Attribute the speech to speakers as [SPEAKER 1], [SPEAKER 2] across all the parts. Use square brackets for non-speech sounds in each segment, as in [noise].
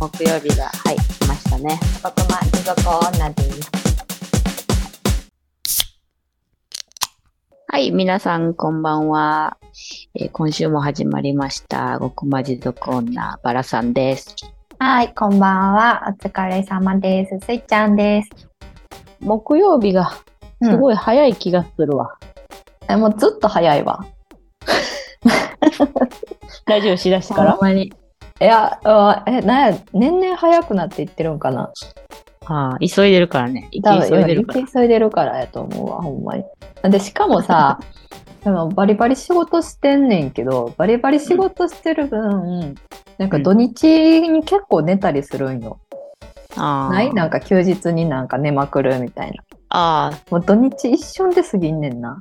[SPEAKER 1] 木曜日が、はい、来ましたね。
[SPEAKER 2] ここま、地獄女です。
[SPEAKER 1] はい、皆さん、こんばんは。えー今週も始まりました、ごくまじどこ女、バラさんです。
[SPEAKER 2] はい、こんばんは。お疲れ様です。スイちゃんです。
[SPEAKER 1] 木曜日が、すごい早い気がするわ。
[SPEAKER 2] え、もうずっと早いわ。
[SPEAKER 1] ラジオしだしてか
[SPEAKER 2] ほ
[SPEAKER 1] ら
[SPEAKER 2] ん。まに。いや、あえ、なんや、年々早くなっていってるんかな。
[SPEAKER 1] はあ、急いでるからね。急い
[SPEAKER 2] 多分、
[SPEAKER 1] でる
[SPEAKER 2] 行
[SPEAKER 1] から
[SPEAKER 2] き。急いでるからやと思うわ、ほんまに。で、しかもさ、 [laughs] でもバリバリ仕事してんねんけど、バリバリ仕事してる分、なんか土日に結構寝たりするんよ。
[SPEAKER 1] あー
[SPEAKER 2] ないなんか休日になんか寝まくるみたいな。
[SPEAKER 1] あ
[SPEAKER 2] もう土日一瞬で過ぎんねんな。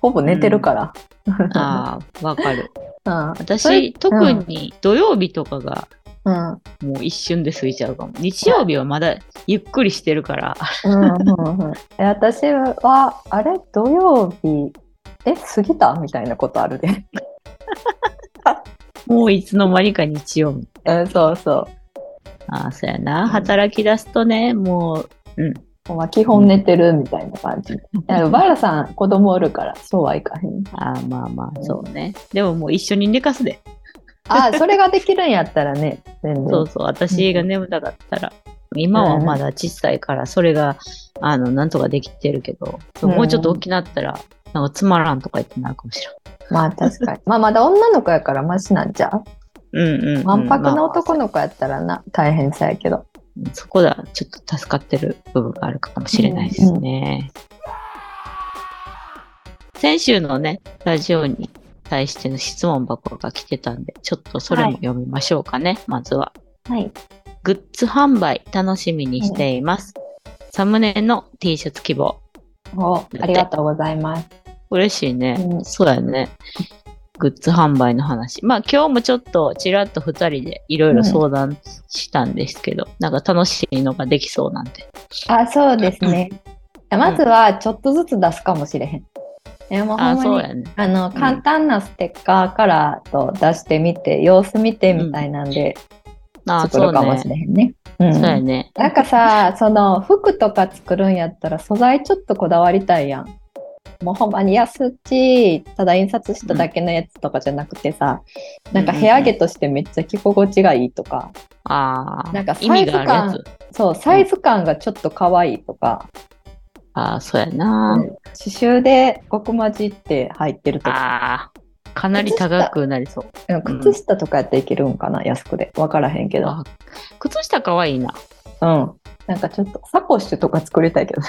[SPEAKER 2] ほぼ寝てるから。
[SPEAKER 1] ー、あー、わかる。
[SPEAKER 2] [laughs] うん、それ
[SPEAKER 1] 私、特、に土曜日とかが、
[SPEAKER 2] うん、うん、
[SPEAKER 1] もう一瞬で過ぎちゃうかも。日曜日はまだゆっくりしてるから。 [laughs]
[SPEAKER 2] うんうんうん。え私は、あれ土曜日、え、過ぎたみたいなことあるで。
[SPEAKER 1] もういつの間にか日曜日。
[SPEAKER 2] [laughs] うん、そうそ
[SPEAKER 1] ああ、そうやな。働き出すとね、も
[SPEAKER 2] う。まあ、基本寝てるみたいな感じ。
[SPEAKER 1] う。
[SPEAKER 2] いやバイラさん、子供おるから、そうはいかへん。
[SPEAKER 1] ああ、まあまあ、そうね。でももう一緒に寝かすで。
[SPEAKER 2] あ、それができるんやったらね、全然。
[SPEAKER 1] そうそう、私が眠たかったら。今はまだ小さいから、それが、あの、なんとかできてるけど、そう
[SPEAKER 2] うん
[SPEAKER 1] もうちょっと大きなったら、なんかつまらんとか言ってなるかもし
[SPEAKER 2] まあ、確 [laughs] かに。まあ、まだ女の子やからマシなんちゃう
[SPEAKER 1] れん。うんうん、うん。
[SPEAKER 2] わんぱく
[SPEAKER 1] ま
[SPEAKER 2] な
[SPEAKER 1] あ
[SPEAKER 2] 男の子やったらな、大変さやけど。
[SPEAKER 1] そこだ、ちょっと助かってる部分があるかもしれないですね。先週のね、ラジオに対しての質問箱が来てたんで、ちょっとそれも読みましょうかね、まずは。
[SPEAKER 2] はい。
[SPEAKER 1] グッズ販売楽しみにしています。サムネの T シャツ希望。
[SPEAKER 2] お、ありがとうございます。
[SPEAKER 1] 嬉しいね。
[SPEAKER 2] うん
[SPEAKER 1] そうだよね。グッズ販売の話。まあ今日もちょっとちらっと2人でいろいろ相談したんですけど、なんか楽しいのができそうなんで。
[SPEAKER 2] あ、そうです [laughs] ね。まずは、ちょっとずつ出すかもしれへん。え、もうほ
[SPEAKER 1] あ、
[SPEAKER 2] ん
[SPEAKER 1] そう
[SPEAKER 2] まに、
[SPEAKER 1] やね。
[SPEAKER 2] あの、
[SPEAKER 1] ん
[SPEAKER 2] 簡単なステッカーからと出してみて、様子見てみたいなんで、
[SPEAKER 1] あ、
[SPEAKER 2] 作
[SPEAKER 1] そう
[SPEAKER 2] るかもし
[SPEAKER 1] ね。
[SPEAKER 2] れへんね。うん
[SPEAKER 1] そうやね。
[SPEAKER 2] なんかさ、その服とか作るんやったら素材ちょっとこだわりたいやん。もうほんまに安っちい、ただ印刷しただけのやつとかじゃなくてさ、なんか部屋着としてめっちゃ着心地がいいとか、
[SPEAKER 1] ああ、
[SPEAKER 2] なんかサイ
[SPEAKER 1] 意
[SPEAKER 2] ズ
[SPEAKER 1] 味があるやつ。
[SPEAKER 2] そう、サイズ感がちょっと可愛いとか、
[SPEAKER 1] ああ、そうやな。
[SPEAKER 2] うん刺繍で極まじって入ってるとか、
[SPEAKER 1] ああ、かなり高くなりそう。
[SPEAKER 2] うん
[SPEAKER 1] うん
[SPEAKER 2] 靴下とかやっていけるんかな、安くで。わからへんけど。
[SPEAKER 1] あ靴下かわいいな。 [laughs]
[SPEAKER 2] うん。なんかちょっとサコッシュとか作りたいけど。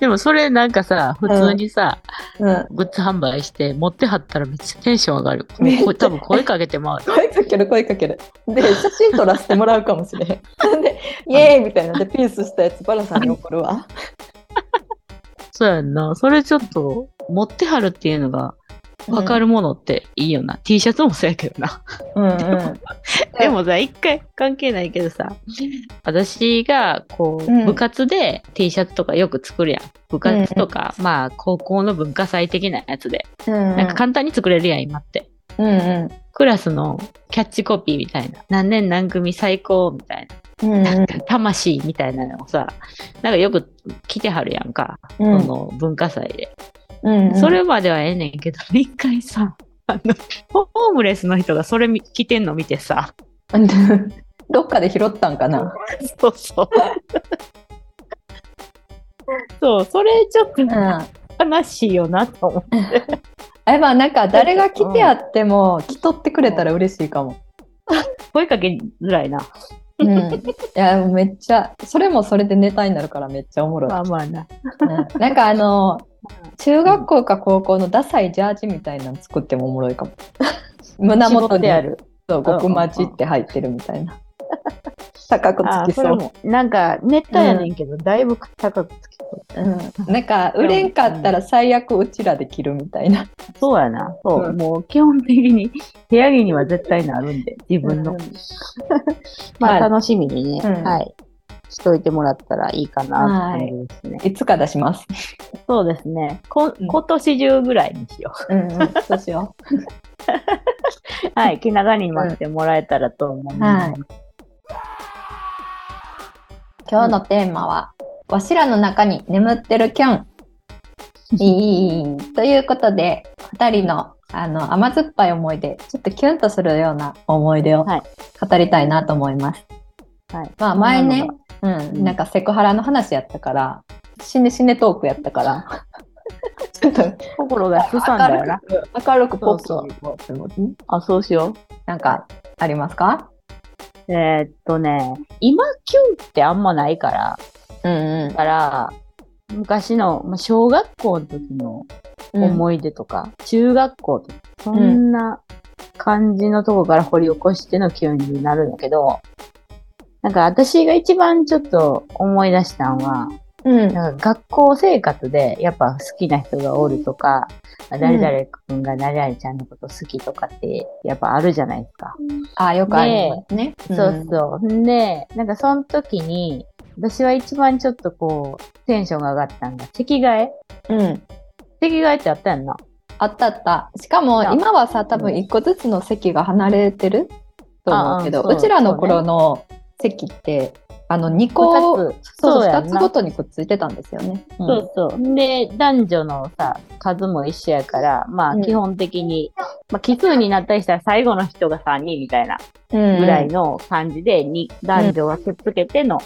[SPEAKER 1] でもそれなんかさ、普通にさ、
[SPEAKER 2] うん。
[SPEAKER 1] グッズ販売して持ってはったらめっちゃテンション上がる。
[SPEAKER 2] めっちゃ
[SPEAKER 1] こ多分声かけて
[SPEAKER 2] [laughs]
[SPEAKER 1] まう。
[SPEAKER 2] 声かける声かける [laughs] で写真撮らせてもらうかもしれへんでイエーイみたいなんでピースしたやつバラさんに怒るわ
[SPEAKER 1] そうやんな。それちょっと、持ってはるっていうのが、わか
[SPEAKER 2] る、
[SPEAKER 1] るものっていいよな。T シャツもそうやけどな。
[SPEAKER 2] うんうん、
[SPEAKER 1] でもさ、一回関係ないけどさ、私がこう、
[SPEAKER 2] うん
[SPEAKER 1] 部活で T シャツとかよく作るやん。部活とか、まあ高校の文化祭的なやつで、
[SPEAKER 2] うん
[SPEAKER 1] なんか簡単に作れるやん、今って。
[SPEAKER 2] うんうん
[SPEAKER 1] クラスのキャッチコピーみたいな。何年何組最高みたい
[SPEAKER 2] うん
[SPEAKER 1] な。なんか魂みたいなのをさ、なんかよく来てはるやんか。
[SPEAKER 2] うん
[SPEAKER 1] その文化祭で。
[SPEAKER 2] うんうん
[SPEAKER 1] それまではええねんけど、一回さ、あの、ホームレスの人がそれ見着てんの見てさ、
[SPEAKER 2] どっかで拾ったんかな
[SPEAKER 1] そうそう。そう、それちょっと
[SPEAKER 2] うん
[SPEAKER 1] 悲しいよなと思って。
[SPEAKER 2] えまあなんか誰が来てやっても来とってくれたら嬉しいかも、
[SPEAKER 1] 声かけづらいな。
[SPEAKER 2] うん、いやめっちゃそれもそれでネタになるからめっちゃおもろい、
[SPEAKER 1] まあまあな。
[SPEAKER 2] うんなんかあの中学校か高校のダサいジャージみたいなの作ってもおもろいかも胸元に
[SPEAKER 1] である。
[SPEAKER 2] そう、
[SPEAKER 1] うんうんうん
[SPEAKER 2] 極待ちって入ってるみたいな。 [laughs] 高くつき
[SPEAKER 1] そ
[SPEAKER 2] そ
[SPEAKER 1] れ
[SPEAKER 2] う。
[SPEAKER 1] も。なんか、ネタやねんけど、だいぶ高くつきそう。
[SPEAKER 2] うん、なんか、売れんかったら最悪うちらで着るみたいな。
[SPEAKER 1] そうやな。そう。
[SPEAKER 2] うん
[SPEAKER 1] もう基本的に部屋着には絶対なるんで、自分の。
[SPEAKER 2] うん
[SPEAKER 1] ま
[SPEAKER 2] は
[SPEAKER 1] あ
[SPEAKER 2] い
[SPEAKER 1] 楽しみにね、
[SPEAKER 2] うん
[SPEAKER 1] はい。しといてもらったらいいかなって感じですね。
[SPEAKER 2] いつか出します。
[SPEAKER 1] そうですね。こ
[SPEAKER 2] うん
[SPEAKER 1] 今年中ぐらいにしよ
[SPEAKER 2] うん、うん、そうしよ
[SPEAKER 1] はい、気長に待ってもらえたらと思います。
[SPEAKER 2] はい今日のテーマは、わしらの中に眠ってるキュン。いいということで、二人のあの甘酸っぱい思い出、ちょっとキュンとするような思い出を
[SPEAKER 1] はい
[SPEAKER 2] 語りたいなと思います。
[SPEAKER 1] はい
[SPEAKER 2] まあ前ね、う、
[SPEAKER 1] うんん
[SPEAKER 2] なんかセクハラの話やったから、死ね死ねトークやったから、 [laughs] ちょっと
[SPEAKER 1] 心がすさんだよな。
[SPEAKER 2] 明るく、明るくポップ
[SPEAKER 1] そう
[SPEAKER 2] に行こうと思ってね
[SPEAKER 1] あ、そうしよ
[SPEAKER 2] なんかありますか
[SPEAKER 1] う。えーっとね、今キュンってあんまないから、
[SPEAKER 2] うんうん
[SPEAKER 1] だから、昔の、まあ、小学校の時の思い出とか、中学校とか、そんな感じのとこから掘り起こしてのキュンになるんだけど、なんか私が一番ちょっと思い出したのは、
[SPEAKER 2] うん
[SPEAKER 1] なんか学校生活でやっぱ好きな人がおるとか、
[SPEAKER 2] ん
[SPEAKER 1] 誰々君が誰々ちゃんのこと好きとかってやっぱあるじゃないですか。
[SPEAKER 2] あよくありますね。
[SPEAKER 1] そうそう。ん、で、なんかその時に、私は一番ちょっとこう、テンションが上がったんが、席替え
[SPEAKER 2] うん。うん
[SPEAKER 1] 席替えってあったやんな。
[SPEAKER 2] あったあった。しかも
[SPEAKER 1] あ
[SPEAKER 2] 今はさ、多分一個ずつの席が離れてると思うけど、
[SPEAKER 1] ああそう
[SPEAKER 2] うちらの頃の席って、あの2個、
[SPEAKER 1] 二つ
[SPEAKER 2] そうそう、
[SPEAKER 1] や
[SPEAKER 2] 2
[SPEAKER 1] ん
[SPEAKER 2] つ
[SPEAKER 1] な
[SPEAKER 2] ごとにくっついてたんですよね。うん
[SPEAKER 1] そうそう。んで、男女のさ、数も一緒やから、ま
[SPEAKER 2] う
[SPEAKER 1] あ
[SPEAKER 2] ん
[SPEAKER 1] 基本的に、まあ奇数になったりしたら最後の人が3人みたいな
[SPEAKER 2] うん
[SPEAKER 1] ぐらいの感じで、に男女がくっつけての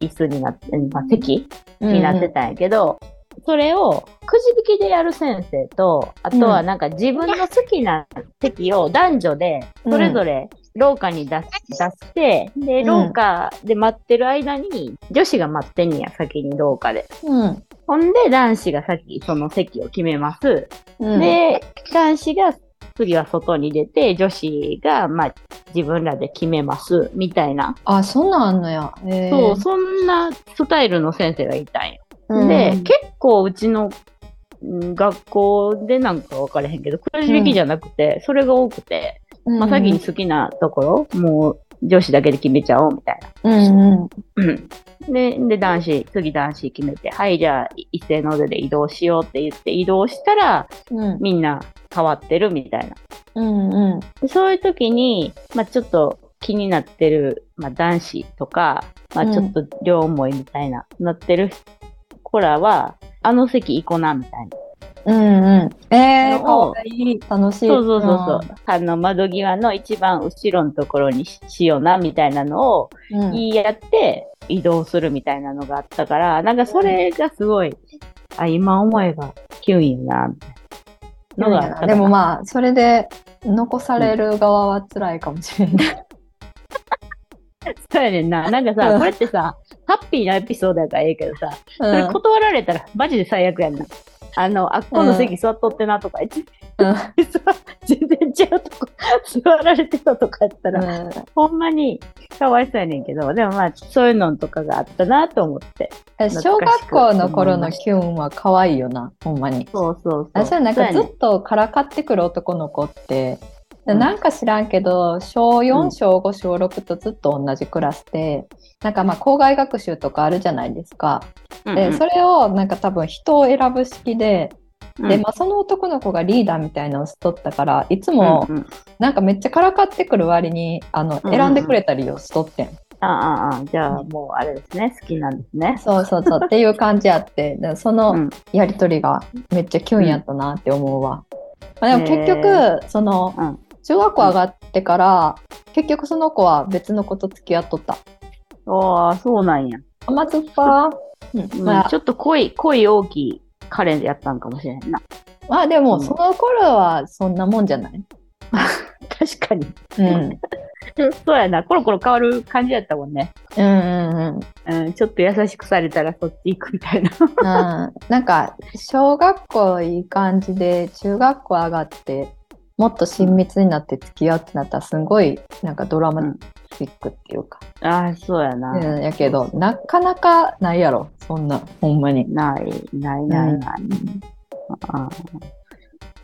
[SPEAKER 1] 椅子になって、まあ席になってたんやけど、それをくじ引きでやる先生と、あとはなんか自分の好きな席を男女でそれぞれ廊下に出す出して、で、
[SPEAKER 2] うん
[SPEAKER 1] 廊下で待ってる間に、女子が待ってんねや、先に廊下で。
[SPEAKER 2] うん。
[SPEAKER 1] ほんで、男子が先、その席を決めます。
[SPEAKER 2] うん、
[SPEAKER 1] で、男子が次は外に出て、女子が、まあ、自分らで決めます、みたいな。
[SPEAKER 2] あ、そんなんあんのや。へー
[SPEAKER 1] そう、そんなスタイルの先生がいたんよ。
[SPEAKER 2] うん
[SPEAKER 1] で、結構うちのうん学校でなんか分からへんけど、くじ引きじゃなくて、それが多くて、まあ、先に好きなところ、もう女子だけで決めちゃおうみたいな。
[SPEAKER 2] うんう
[SPEAKER 1] う
[SPEAKER 2] ん。
[SPEAKER 1] んで、で男子、次男子決めて、はい、じゃあ一斉の腕で移動しようって言って移動したら、
[SPEAKER 2] うん
[SPEAKER 1] みんな変わってるみたいな。
[SPEAKER 2] うんうん。
[SPEAKER 1] でそういう時に、まあ、ちょっと気になってる、まあ、男子とか、まあ、
[SPEAKER 2] うん
[SPEAKER 1] ちょっと両思いみたいな、なってる子らは、あの席行こな、みたいな。
[SPEAKER 2] うんうん。えー、
[SPEAKER 1] あの
[SPEAKER 2] かわいい。楽しい。
[SPEAKER 1] そうそうそうそう。あの、窓際の一番後ろのところにししような、みたいなのを
[SPEAKER 2] うん。うん
[SPEAKER 1] 言い合って移動するみたいなのがあったから、なんかそれがすごい、あ、今思えばキュンやな、みたいなのがあったかな
[SPEAKER 2] でもまあ、それで残される側は辛いかもしれない。
[SPEAKER 1] そうやねんな。なんか
[SPEAKER 2] う
[SPEAKER 1] さ、
[SPEAKER 2] ん
[SPEAKER 1] これってさ、ハッピーなエピソードやからええけどさ、 [laughs] それ
[SPEAKER 2] うん
[SPEAKER 1] 断られたらマジで最悪やんな。あの、あっこの席座っとってなとか、一
[SPEAKER 2] うん
[SPEAKER 1] 座全然違うとこ [laughs] 座られてたとかやったら、
[SPEAKER 2] うん
[SPEAKER 1] ほんまにかわいそうやねんけど、でもまあ、そういうのとかがあったなと思って。
[SPEAKER 2] え
[SPEAKER 1] 懐かしく
[SPEAKER 2] 小学校の頃のキュンは可愛いよな、ほんまに。
[SPEAKER 1] そうそうそう。
[SPEAKER 2] 私はなんかず
[SPEAKER 1] そうやね
[SPEAKER 2] っとからかってくる男の子って、
[SPEAKER 1] うん
[SPEAKER 2] なんか知らんけど、
[SPEAKER 1] う
[SPEAKER 2] 小4、
[SPEAKER 1] ん
[SPEAKER 2] 小5、小6とずっと同じクラスで、なんかまあ校外学習とかあるじゃないですか。
[SPEAKER 1] うんう
[SPEAKER 2] で、
[SPEAKER 1] ん
[SPEAKER 2] それをなんか多分人を選ぶ式で、
[SPEAKER 1] うん
[SPEAKER 2] で、まあその男の子がリーダーみたいなのをしとったから、いつも
[SPEAKER 1] うんうん
[SPEAKER 2] なんかめっちゃからかってくる割に、あの、
[SPEAKER 1] うんうん
[SPEAKER 2] 選んでくれたりをしとってん。
[SPEAKER 1] ああああ、じゃあもうあれですね、好きなんですね。
[SPEAKER 2] そうそうそう、っていう感じあって、でその、
[SPEAKER 1] うん
[SPEAKER 2] やりとりがめっちゃキュンやったなって思うわ。まあ、でも結局、
[SPEAKER 1] へ
[SPEAKER 2] その、
[SPEAKER 1] うん
[SPEAKER 2] 中学校上がってから、結局その子は別の子と付き合っとった。
[SPEAKER 1] ああ、そうなんや。
[SPEAKER 2] 甘酸っぱ、
[SPEAKER 1] うん
[SPEAKER 2] まあ
[SPEAKER 1] ち、ょっと濃い、濃い大きいカレンやったんかもしれんな。 [laughs]
[SPEAKER 2] まあで
[SPEAKER 1] う
[SPEAKER 2] も
[SPEAKER 1] ん
[SPEAKER 2] その頃はそんなもんじゃない、
[SPEAKER 1] 確かに。
[SPEAKER 2] うん、うん
[SPEAKER 1] そうやな、コロコロ変わる感じやったもんね。
[SPEAKER 2] うんうんうん。
[SPEAKER 1] うん、ちょっと優しくされたらそっち行くみたいな。 [laughs]
[SPEAKER 2] なんか、小学校いい感じで、中学校上がって、もっと親密になって付き合うってなったら、すごいなんかドラマチックっていうか、
[SPEAKER 1] ああ、そうやな。
[SPEAKER 2] うん、やけど、なかなかないやろ、そんな、ほんまに。
[SPEAKER 1] ない、ない、ない、ない。ああ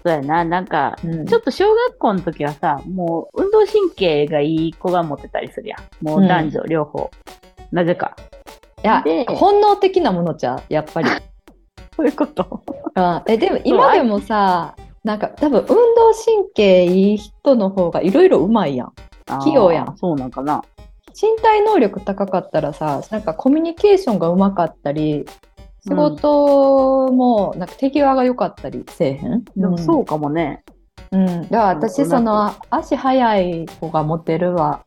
[SPEAKER 1] そうやな、なんか、
[SPEAKER 2] うん
[SPEAKER 1] ちょっと小学校の時はさ、もう運動神経がいい子が持ってたりするやん。もう男女両方。なぜか。
[SPEAKER 2] いや
[SPEAKER 1] で
[SPEAKER 2] 本能的なものじゃやっぱり、
[SPEAKER 1] そういうこと。
[SPEAKER 2] うん、えでも今でもさなんか多分運動神経いい人の方がいろいろうまいやん。
[SPEAKER 1] あー
[SPEAKER 2] [laughs] 器用やん
[SPEAKER 1] そうなんかな。
[SPEAKER 2] 身体能力高かったらさ、なんかコミュニケーションがうまかったり、仕事もなんか手際が良かったりせえへん、
[SPEAKER 1] でも
[SPEAKER 2] う
[SPEAKER 1] そ
[SPEAKER 2] ん。
[SPEAKER 1] うかもね。
[SPEAKER 2] うん。だから私、その足早い子がモテるは、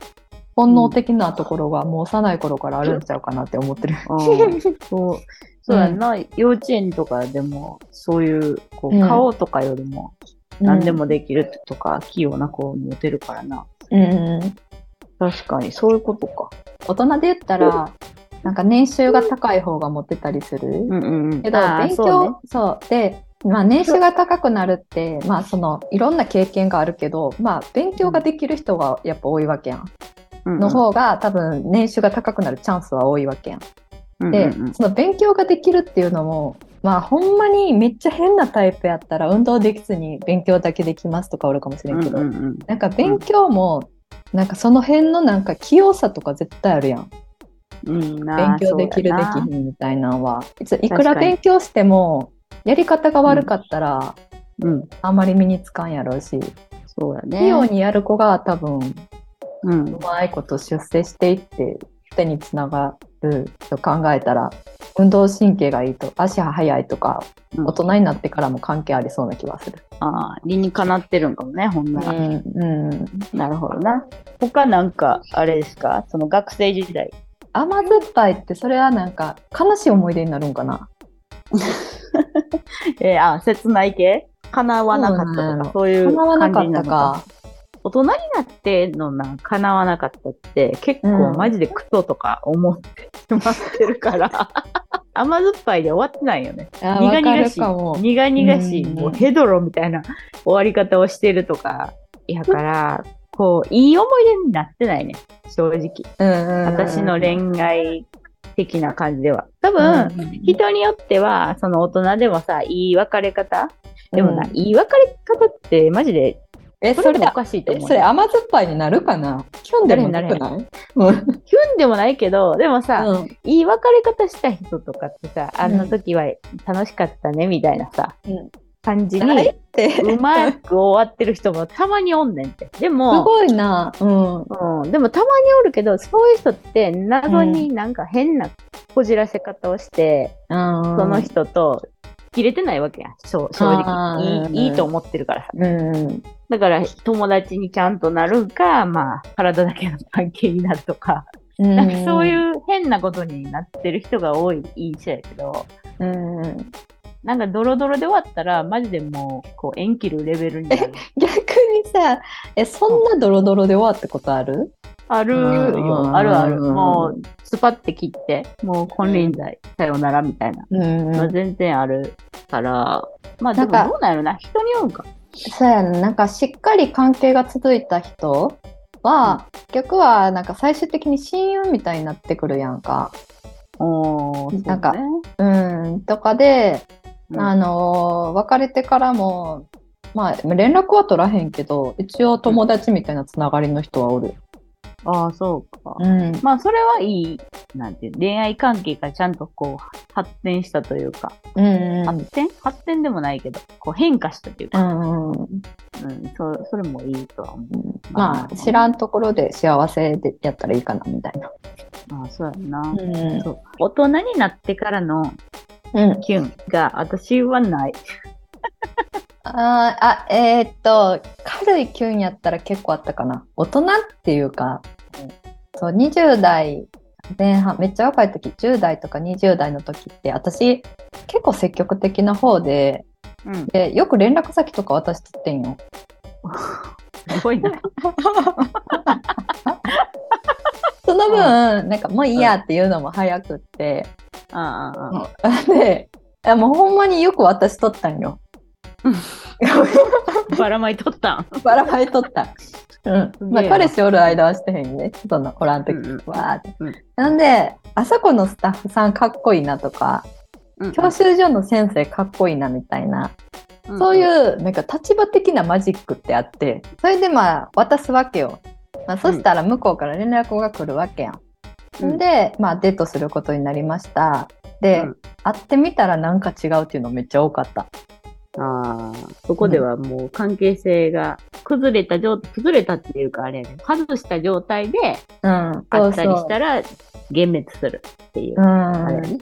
[SPEAKER 2] 本能的なところがもう幼い頃からあるんちゃうかなって思ってる。 [laughs]
[SPEAKER 1] うんそう。そうやんな、幼稚園とかでも、そういう、こ
[SPEAKER 2] う
[SPEAKER 1] う、
[SPEAKER 2] ん
[SPEAKER 1] 顔とかよりも、何でもできるとか、器用な子を持てるからな。
[SPEAKER 2] うん。うん。
[SPEAKER 1] 確かに、そういうことか。
[SPEAKER 2] 大人で言ったら、なんか年収が高い方がモテたりする。
[SPEAKER 1] うんうんうん。
[SPEAKER 2] けど、
[SPEAKER 1] あー
[SPEAKER 2] 勉強、
[SPEAKER 1] そうね
[SPEAKER 2] そう,、で、まあ、年収が高くなるって、まあ、その、いろんな経験があるけど、まあ、勉強ができる人がやっぱ多いわけやん。
[SPEAKER 1] うんうん
[SPEAKER 2] の方が、多分、年収が高くなるチャンスは多いわけやん。
[SPEAKER 1] うん
[SPEAKER 2] で、
[SPEAKER 1] うんうん
[SPEAKER 2] その勉強ができるっていうのも、まあ、ほんまにめっちゃ変なタイプやったら、運動できずに勉強だけできますとかおるかもしれんけど、
[SPEAKER 1] うんうんうん
[SPEAKER 2] なんか勉強も、なんかその辺のなんか器用さとか絶対あるやん。
[SPEAKER 1] うんな
[SPEAKER 2] 勉強できる
[SPEAKER 1] そう
[SPEAKER 2] で
[SPEAKER 1] やな
[SPEAKER 2] きひんみたいなのはいついく
[SPEAKER 1] 確からに
[SPEAKER 2] 勉強してもやり方が悪かったら、
[SPEAKER 1] うん。
[SPEAKER 2] あんまり身につかんやろうし、
[SPEAKER 1] そうやね。
[SPEAKER 2] 器用にやる子が多分う
[SPEAKER 1] うん。
[SPEAKER 2] まいこと出世していって手につながると考えたら運動神経がいいと足が速いとか、
[SPEAKER 1] うん
[SPEAKER 2] 大人になってからも関係ありそうな気はする。
[SPEAKER 1] ああ、理にかなってるんかもね、ほんなら。
[SPEAKER 2] うん
[SPEAKER 1] なるほどな。他なんか、あれですかその学生時代。
[SPEAKER 2] 甘酸っぱいってそれはなんか悲しい思い出になるんかな
[SPEAKER 1] えー、あ、切ない系叶わなかったとか、そういう
[SPEAKER 2] 叶わな
[SPEAKER 1] 感
[SPEAKER 2] か
[SPEAKER 1] じに
[SPEAKER 2] っ
[SPEAKER 1] な
[SPEAKER 2] た
[SPEAKER 1] るのか。
[SPEAKER 2] か。
[SPEAKER 1] 大人になってのな、叶わなかったって、結
[SPEAKER 2] う
[SPEAKER 1] 構
[SPEAKER 2] ん
[SPEAKER 1] マジでクソとか思ってしまってるから、 [laughs] 甘酸っぱいで終わってないよね。
[SPEAKER 2] あ
[SPEAKER 1] 苦
[SPEAKER 2] わか
[SPEAKER 1] 々
[SPEAKER 2] る
[SPEAKER 1] しい。
[SPEAKER 2] かも。
[SPEAKER 1] 苦々しい、
[SPEAKER 2] うん
[SPEAKER 1] もうヘドロみたいな終わり方をしてるとか、やから、こう、いい思い出になってないね、正直。
[SPEAKER 2] うんうんうん
[SPEAKER 1] 私の恋愛的な感じでは。多分、
[SPEAKER 2] うんうん
[SPEAKER 1] 人によっては、その大人でもさ、いい別れ方でもな、
[SPEAKER 2] うん
[SPEAKER 1] いい別れ方ってマジで、
[SPEAKER 2] え、
[SPEAKER 1] そ
[SPEAKER 2] そ
[SPEAKER 1] れ
[SPEAKER 2] れ
[SPEAKER 1] もお
[SPEAKER 2] だ。
[SPEAKER 1] かしいと
[SPEAKER 2] え、
[SPEAKER 1] 思う。
[SPEAKER 2] それ甘酸っぱいになるかなキュンでもなくないうん
[SPEAKER 1] キュンでもないけど、でもさ、
[SPEAKER 2] うん
[SPEAKER 1] いい別れ方した人とかってさ、あの時は楽しかったね、みたいなさ、
[SPEAKER 2] うん
[SPEAKER 1] 感じ
[SPEAKER 2] ない
[SPEAKER 1] に
[SPEAKER 2] っ、て。す
[SPEAKER 1] うまく終わってる人もたまにおんねん
[SPEAKER 2] [laughs]
[SPEAKER 1] って。でも、
[SPEAKER 2] ごいな。うん。
[SPEAKER 1] うん、でもたまにおるけど、そういう人って謎になんか変なこじらせ方をして、そ
[SPEAKER 2] そ
[SPEAKER 1] の。人と切れてないわけやん、そう正
[SPEAKER 2] あ
[SPEAKER 1] 直
[SPEAKER 2] ー
[SPEAKER 1] いい。いいと思ってるからさ。
[SPEAKER 2] うん。
[SPEAKER 1] だから友達にちゃんとなるか、まあ体だけの関係になるとか、なんかそう
[SPEAKER 2] う。
[SPEAKER 1] いう変なことになってる人が多い印象やけど、
[SPEAKER 2] うん。
[SPEAKER 1] なんかドロドロで終わったら、マジでもう、こう、縁切るレベルになる。
[SPEAKER 2] 逆にさ、え、そんなドロドロで終わったことある
[SPEAKER 1] ある
[SPEAKER 2] うん
[SPEAKER 1] よ、あるある。
[SPEAKER 2] うん
[SPEAKER 1] もう、スパって切って、もう金輪際、さよならみたいな。
[SPEAKER 2] うん
[SPEAKER 1] まあ、全然あるから、まあでも
[SPEAKER 2] なんか
[SPEAKER 1] どうなんやろな、人によるんか。
[SPEAKER 2] そうやねなんかしっかり関係が続いた人は、逆はなんか最終的に親友みたいになってくるやんか。
[SPEAKER 1] おーそうね
[SPEAKER 2] なんかうん。とかで、あのー別れてからも、まあ、連絡は取らへんけど、一応友達みたいなつながりの人はおる。
[SPEAKER 1] ああ、そうか。
[SPEAKER 2] ん。
[SPEAKER 1] まあ、それはいい、なんていう、恋愛関係がちゃんとこう、発展したというか、
[SPEAKER 2] うんうん
[SPEAKER 1] 発展発展でもないけど、こう、変化したという
[SPEAKER 2] う
[SPEAKER 1] か、
[SPEAKER 2] んうん。
[SPEAKER 1] うん、そそれもいいとは思う。
[SPEAKER 2] まあ、知らんところで幸せでやったらいいかな、みたいな。
[SPEAKER 1] まあ、そうやな。
[SPEAKER 2] ん
[SPEAKER 1] そう大人になってからの
[SPEAKER 2] うん。
[SPEAKER 1] キュンが私はない。
[SPEAKER 2] あーあ、えーっと、軽いキュンやったら結構あったかな。大人っていうか、そう、20代前半、めっちゃ若い時、10代とか20代の時って、私、結構積極的な方で、
[SPEAKER 1] うん、
[SPEAKER 2] でよく連絡先とか渡しとってんよ。
[SPEAKER 1] すごい
[SPEAKER 2] [laughs]
[SPEAKER 1] な。
[SPEAKER 2] その分、なんかもういいやっていうのも早くって、
[SPEAKER 1] ああああ、
[SPEAKER 2] で、あもうほんまによく渡しとったんよ
[SPEAKER 1] うん。ばらまいとったん。
[SPEAKER 2] ばらまいとった。うん。ま
[SPEAKER 1] す
[SPEAKER 2] あ、
[SPEAKER 1] げえな
[SPEAKER 2] 彼氏おる間はしてへんね。そのおらん時、
[SPEAKER 1] うんうん
[SPEAKER 2] わーって。
[SPEAKER 1] うん
[SPEAKER 2] なんで、あそこのスタッフさんかっこいいなとか、教習所の先生かっこいいなみたいな、
[SPEAKER 1] うん
[SPEAKER 2] そうい、うなんか立場的なマジックってあって、それでまあ渡すわけよ。まあ、そしたら向こうから連絡が来るわけやん。
[SPEAKER 1] うん
[SPEAKER 2] で、まあデートすることになりました。で、
[SPEAKER 1] うん
[SPEAKER 2] 会ってみたらなんか違うっていうのめっちゃ多かった。
[SPEAKER 1] ああ、そこではもう関係性が崩れた状、崩れたっていうかあれやね、外した状態で
[SPEAKER 2] うん、
[SPEAKER 1] あ
[SPEAKER 2] そう
[SPEAKER 1] ったりし
[SPEAKER 2] そう。
[SPEAKER 1] たら、幻滅するっていうう。あれや
[SPEAKER 2] ん。
[SPEAKER 1] ね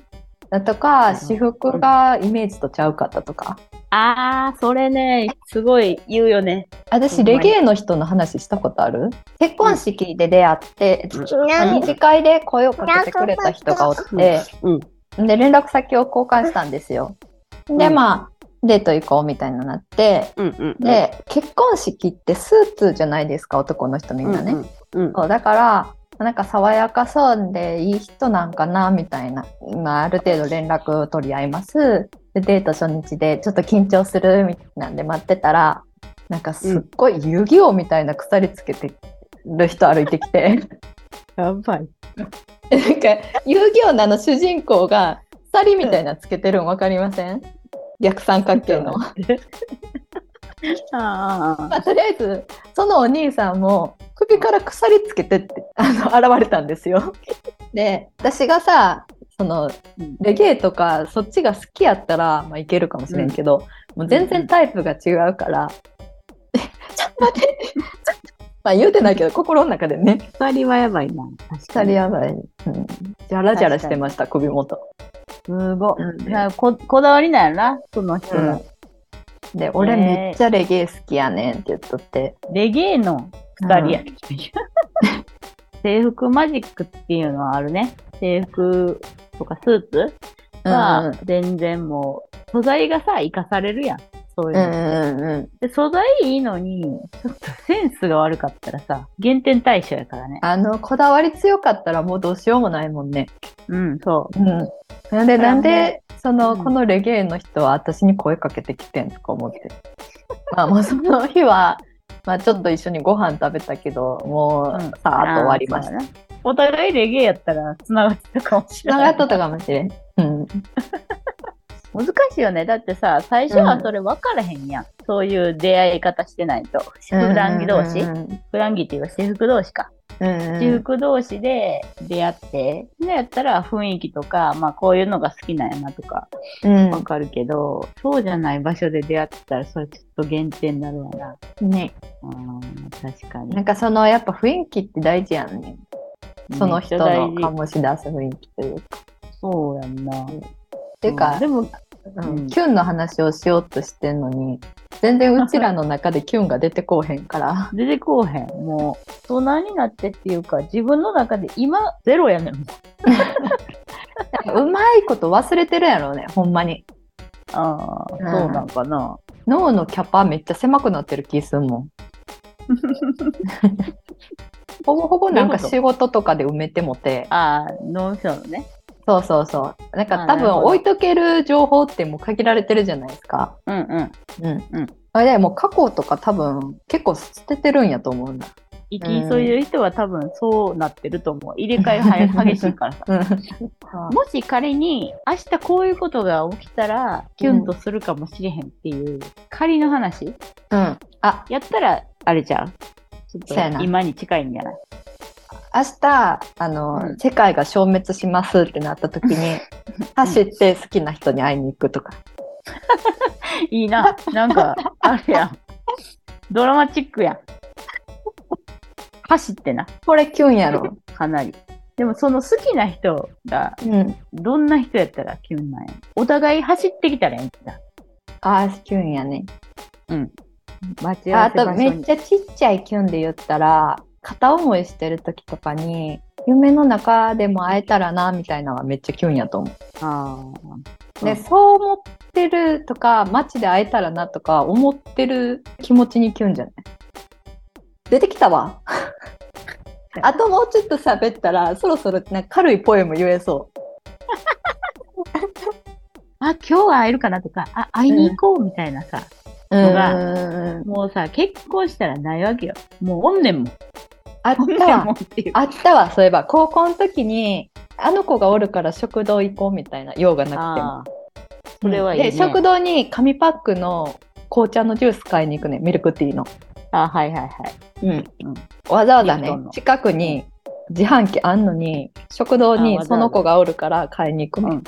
[SPEAKER 2] だとか、私服がイメージとちゃうかったとか。
[SPEAKER 1] ああ、それね、すごい言うよね。
[SPEAKER 2] 私、
[SPEAKER 1] ほんま
[SPEAKER 2] レ
[SPEAKER 1] に
[SPEAKER 2] ゲエの人の話したことある結婚式で出会って、
[SPEAKER 1] うん
[SPEAKER 2] あ二次会で声をかけてくれた人がおって、
[SPEAKER 1] うん。
[SPEAKER 2] で、連絡先を交換したんですよ。で、
[SPEAKER 1] うん
[SPEAKER 2] まあ、デート行こうみたいになって、
[SPEAKER 1] うんうん。
[SPEAKER 2] で、結婚式ってスーツじゃないですか、男の人み
[SPEAKER 1] うんん
[SPEAKER 2] なね。
[SPEAKER 1] うんうん。
[SPEAKER 2] そうだからなんか爽やかそうでいい人なんかなみたいな、まあ、ある程度連絡取り合いますでデート初日でちょっと緊張するみたいなんで待ってたらなんかすっごい遊戯王みたいな鎖つけてる人歩いてきて、
[SPEAKER 1] やばい。
[SPEAKER 2] [laughs] なんか遊戯王のあの主人公が鎖みたいなのつけてるん分かりません逆三角形の。
[SPEAKER 1] [laughs] あ
[SPEAKER 2] まあ、とりあえずそのお兄さんも首から鎖つけてってあの現れたんですよ。で私がさその
[SPEAKER 1] うん
[SPEAKER 2] レゲエとかそっちが好きやったら、まあ、いけるかもしれんけど、もう全然タイプが違うから「ちょっと待って」まあ言うてないけど心の中でね
[SPEAKER 1] あ。光はやばいな。確か
[SPEAKER 2] 鎖
[SPEAKER 1] に。
[SPEAKER 2] やばい、うん、じゃらじゃらしてました首元。
[SPEAKER 1] すごい
[SPEAKER 2] うん
[SPEAKER 1] なんかここだわりなんやな、その人の。
[SPEAKER 2] で俺めっちゃレゲエ好きやねんって言っとって。
[SPEAKER 1] レゲエの二人や、 [laughs] 制服マジックっていうのはあるね。制服とかスーツ
[SPEAKER 2] うん
[SPEAKER 1] は全然もう、素材がさ、生かされるやん。そういう
[SPEAKER 2] う
[SPEAKER 1] の。
[SPEAKER 2] んうんうん、
[SPEAKER 1] で素材いいのに、ちょっとセンスが悪かったらさ、減点対象やからね。
[SPEAKER 2] あのこだわり強かったらもうどうしようもないもんね。
[SPEAKER 1] うん、そう。
[SPEAKER 2] うん、なんで、なんで、その、
[SPEAKER 1] うん
[SPEAKER 2] このレゲエの人は私に声かけてきてんとか思って。 [laughs] まあ、もうその日は、まあ、ちょっと一緒にご飯食べたけど、も
[SPEAKER 1] う
[SPEAKER 2] う、
[SPEAKER 1] ん
[SPEAKER 2] さあ、あと終わりまし
[SPEAKER 1] あ
[SPEAKER 2] た。
[SPEAKER 1] ーそうやなお互いレゲエやったら繋がってたかもしれ
[SPEAKER 2] 繋
[SPEAKER 1] な
[SPEAKER 2] が
[SPEAKER 1] い。
[SPEAKER 2] っとったかもしれん。うん。
[SPEAKER 1] 難しいよね。だってさ、最初はそれ分からへんやん。そういう出会い方してないと。普段着同士、
[SPEAKER 2] うんうん
[SPEAKER 1] 普段着っていうか私服同士か。
[SPEAKER 2] うん。
[SPEAKER 1] 私服同士で出会って、でやったら雰囲気とか、まあこういうのが好きなんやなとか
[SPEAKER 2] うん
[SPEAKER 1] 分かるけど、そうじゃない場所で出会ってたら、それちょっと減点になるわな。
[SPEAKER 2] ね。
[SPEAKER 1] うん、確か
[SPEAKER 2] なん
[SPEAKER 1] に。
[SPEAKER 2] か、その、やっぱ雰囲気って大事やんね。その人の
[SPEAKER 1] めっちゃ大事
[SPEAKER 2] 醸し出す雰囲気というか。
[SPEAKER 1] そうやんな。っ
[SPEAKER 2] っていうか
[SPEAKER 1] で、も、
[SPEAKER 2] うん
[SPEAKER 1] うん
[SPEAKER 2] キュンの話をしようとしてんのに、全然うちらの中でキュンが出てこうへんから。
[SPEAKER 1] 出てこうへん。もう、大人になってっていうか、自分の中で今、ゼロやねん。
[SPEAKER 2] [laughs] うまいこと忘れてるやろうね、ほんまに。
[SPEAKER 1] ああ、そうなんかな。
[SPEAKER 2] 脳のキャパめっちゃ狭くなってる気すんも [laughs] ん。ほぼほぼなん
[SPEAKER 1] どういう
[SPEAKER 2] か
[SPEAKER 1] こと
[SPEAKER 2] 仕事とかで埋めてもて、
[SPEAKER 1] ああ、ノンショーのね。
[SPEAKER 2] そうそうそう。なんか
[SPEAKER 1] あ
[SPEAKER 2] 多
[SPEAKER 1] なる
[SPEAKER 2] 分
[SPEAKER 1] ほど
[SPEAKER 2] 置いとける情報ってもう限られてるじゃないですか。
[SPEAKER 1] うんうん。
[SPEAKER 2] うん。
[SPEAKER 1] うん
[SPEAKER 2] あれでもう過去とか多分結構捨ててるんやと思うんだ。。
[SPEAKER 1] 生き急いでる人は多分そうなってると [laughs] 思う。入れ替え早く激しいからさ
[SPEAKER 2] うん。
[SPEAKER 1] [laughs] もし仮に明日こういうことが起きたらキュンとするかもしれへんっていう、仮の話
[SPEAKER 2] うん。あ、
[SPEAKER 1] やったらあれじゃん。ち
[SPEAKER 2] そうや
[SPEAKER 1] ょっ
[SPEAKER 2] な
[SPEAKER 1] と今に近いんじゃ [laughs] ない
[SPEAKER 2] 明日、あの、
[SPEAKER 1] うん
[SPEAKER 2] 世界が消滅しますってなった時に、走って好きな人に会いに行くとか。
[SPEAKER 1] いいな。なんか、あれやん。ドラマチックやん。走ってな、
[SPEAKER 2] これキュンやろ。
[SPEAKER 1] かなり。でもその好きな人が
[SPEAKER 2] うん。
[SPEAKER 1] どんな人やったらキュンなんや。お互い走ってきたらいいんじゃん。
[SPEAKER 2] ああ、キュンやね。
[SPEAKER 1] 待ち合
[SPEAKER 2] あ
[SPEAKER 1] わせ場
[SPEAKER 2] と
[SPEAKER 1] 所
[SPEAKER 2] めっ
[SPEAKER 1] に。
[SPEAKER 2] ちゃちっちゃいキュンで言ったら片思いしてる時とかに夢の中でも会えたらなみたいなのはめっちゃキュンやと思
[SPEAKER 1] あ
[SPEAKER 2] う。
[SPEAKER 1] う
[SPEAKER 2] で
[SPEAKER 1] ん
[SPEAKER 2] そう思ってるとか街で会えたらなとか思ってる気持ちにキュンじゃない出てきたわ。あともうちょっと喋ったらそろそろなんか軽いポエム言えそう。
[SPEAKER 1] あ、今日は会えるかなとか、あ、会いに行こうみたいなさ、
[SPEAKER 2] う
[SPEAKER 1] のが
[SPEAKER 2] ん。
[SPEAKER 1] もうさ、結婚したらないわけよ。もうおんねんもん。
[SPEAKER 2] あっ
[SPEAKER 1] おんねん
[SPEAKER 2] たわ [laughs]
[SPEAKER 1] もん。っていう。
[SPEAKER 2] あったわ、そういえば、高校の時に、あの子がおるから食堂行こうみたいな、用がなくても。
[SPEAKER 1] あーそれはいいね
[SPEAKER 2] で、食堂に紙パックの紅茶のジュース買いに行くね、ミルクティーの。
[SPEAKER 1] あ、はいはいはい。
[SPEAKER 2] わざわざね
[SPEAKER 1] ミルトン、の
[SPEAKER 2] 近くに自販機あんのに、食堂に
[SPEAKER 1] あわざわざ
[SPEAKER 2] その子がおるから買いに行く
[SPEAKER 1] う
[SPEAKER 2] ね。
[SPEAKER 1] ん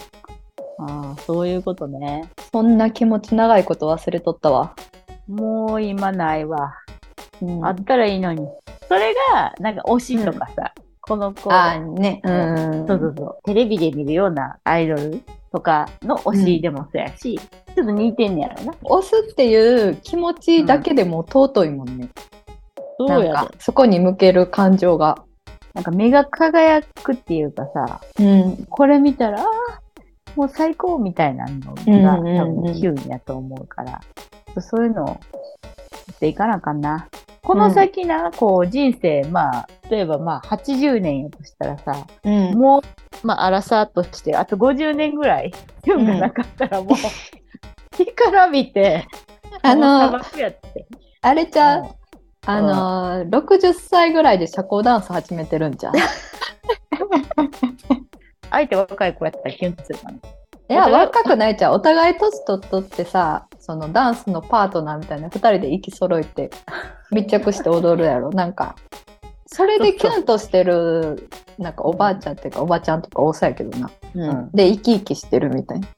[SPEAKER 1] ああ、そういうことね。
[SPEAKER 2] そんな気持ち長いこと忘れとったわ。
[SPEAKER 1] もう今ないわ。
[SPEAKER 2] うん
[SPEAKER 1] あったらいいのに。それが、なんか推しとかさ、この子、
[SPEAKER 2] あーね。うん。
[SPEAKER 1] そうそうそう、テレビで見るようなアイドルとかの推しでもそうやし、ちょっと似てんねやろな。
[SPEAKER 2] 押すっていう気持ちだけでも尊いもんね。
[SPEAKER 1] そうや
[SPEAKER 2] なん
[SPEAKER 1] な
[SPEAKER 2] か、そこに向ける感情が。
[SPEAKER 1] なんか目が輝くっていうかさ、
[SPEAKER 2] うん。
[SPEAKER 1] これ見たら、あーもう最高みたいなのが、
[SPEAKER 2] うんうんうん
[SPEAKER 1] 多分9位やと思うから、そういうのをしていかなあかんな。この先な、こう人生、まあ、例えばまあ80年やとしたらさ、
[SPEAKER 2] うん。
[SPEAKER 1] もう、まあ、アラサーとして、あと50年ぐらい、運がなかったらもう、干からびて、
[SPEAKER 2] あ
[SPEAKER 1] もう砂
[SPEAKER 2] の、
[SPEAKER 1] 漠やって。
[SPEAKER 2] あれちゃう、あのー、60歳ぐらいで社交ダンス始めてるんじゃん。い
[SPEAKER 1] あえて若い子やったらキュンとするかな。
[SPEAKER 2] や、若くないじゃん。お互い年取っとってさ、そのダンスのパートナーみたいな2人で息揃えて密着して踊るや
[SPEAKER 1] [laughs]
[SPEAKER 2] ろ。なんか、それでキュンとしてる、なんかおばあちゃんっていうか、おばちゃんとか多そうやけどな。
[SPEAKER 1] うん。
[SPEAKER 2] で、生き生きしてるみたいな。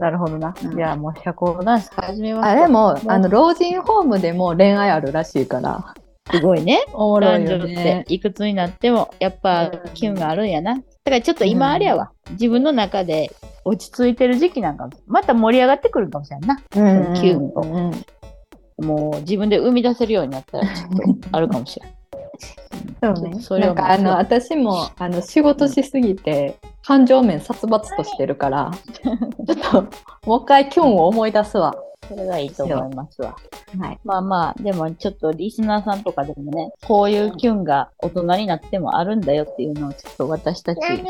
[SPEAKER 1] なるほどな。
[SPEAKER 2] うん
[SPEAKER 1] じゃあもう社交ダンス始めます。
[SPEAKER 2] あれも、
[SPEAKER 1] う
[SPEAKER 2] あの、老人ホームでも恋愛あるらしいから。
[SPEAKER 1] すごいね。
[SPEAKER 2] おもろ
[SPEAKER 1] 男
[SPEAKER 2] い
[SPEAKER 1] 女
[SPEAKER 2] よ
[SPEAKER 1] って
[SPEAKER 2] ね。
[SPEAKER 1] いくつになっても、やっぱ
[SPEAKER 2] うん
[SPEAKER 1] キュンがあるんやな。だからちょっと今あれやわ。自分の中で落ち着いてる時期なんかも、また盛り上がってくるかもしれんな。
[SPEAKER 2] う
[SPEAKER 1] うんキュンと
[SPEAKER 2] ん
[SPEAKER 1] もう自分で生み出せるようになったら、ちょっとあるかもしれん。
[SPEAKER 2] [laughs] そう
[SPEAKER 1] ちょっと
[SPEAKER 2] ね。
[SPEAKER 1] それ
[SPEAKER 2] な
[SPEAKER 1] は
[SPEAKER 2] んか、あ
[SPEAKER 1] もう
[SPEAKER 2] の、私も、あの、仕事しすぎて、感情面殺伐としてるから、 [laughs] ちょっと、もう一回キュンを思い出すわ。
[SPEAKER 1] それがいいと思いますわ。
[SPEAKER 2] はい。
[SPEAKER 1] まあまあ、でもちょっとリスナーさんとかでもね、こういうキュンが大人になってもあるんだよっていうのをちょっと私たちに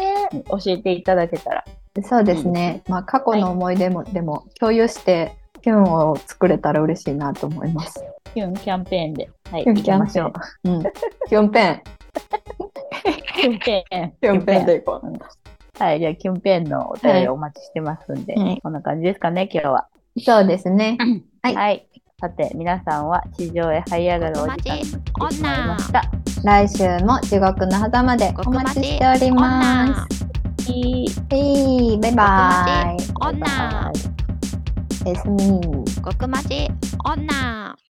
[SPEAKER 1] 教えていただけたら。
[SPEAKER 2] そうですね。まあ、過去の思い出も、でも、共有して、キュンを作れたら嬉しいなと思います。
[SPEAKER 1] キュンキャンペーンで。はい。
[SPEAKER 2] キュンキャンペーン。うん。キュンペーン。
[SPEAKER 1] キュンペーン。
[SPEAKER 2] キュンペーンでいこう。
[SPEAKER 1] はい。じゃあ、キュンペーンのお便りお待ちしてますんで、
[SPEAKER 2] はい
[SPEAKER 1] こんな感じですかね、今日は。
[SPEAKER 2] そうですね。はい
[SPEAKER 1] さて、皆さんは地上へ這い上がるお時間になってしまいました。
[SPEAKER 2] 来週も地獄の狭間でお待ちしております。
[SPEAKER 1] いい
[SPEAKER 2] えいバイバイ。
[SPEAKER 1] バイバイ
[SPEAKER 3] 女
[SPEAKER 2] おやすみ。
[SPEAKER 3] 極マジ女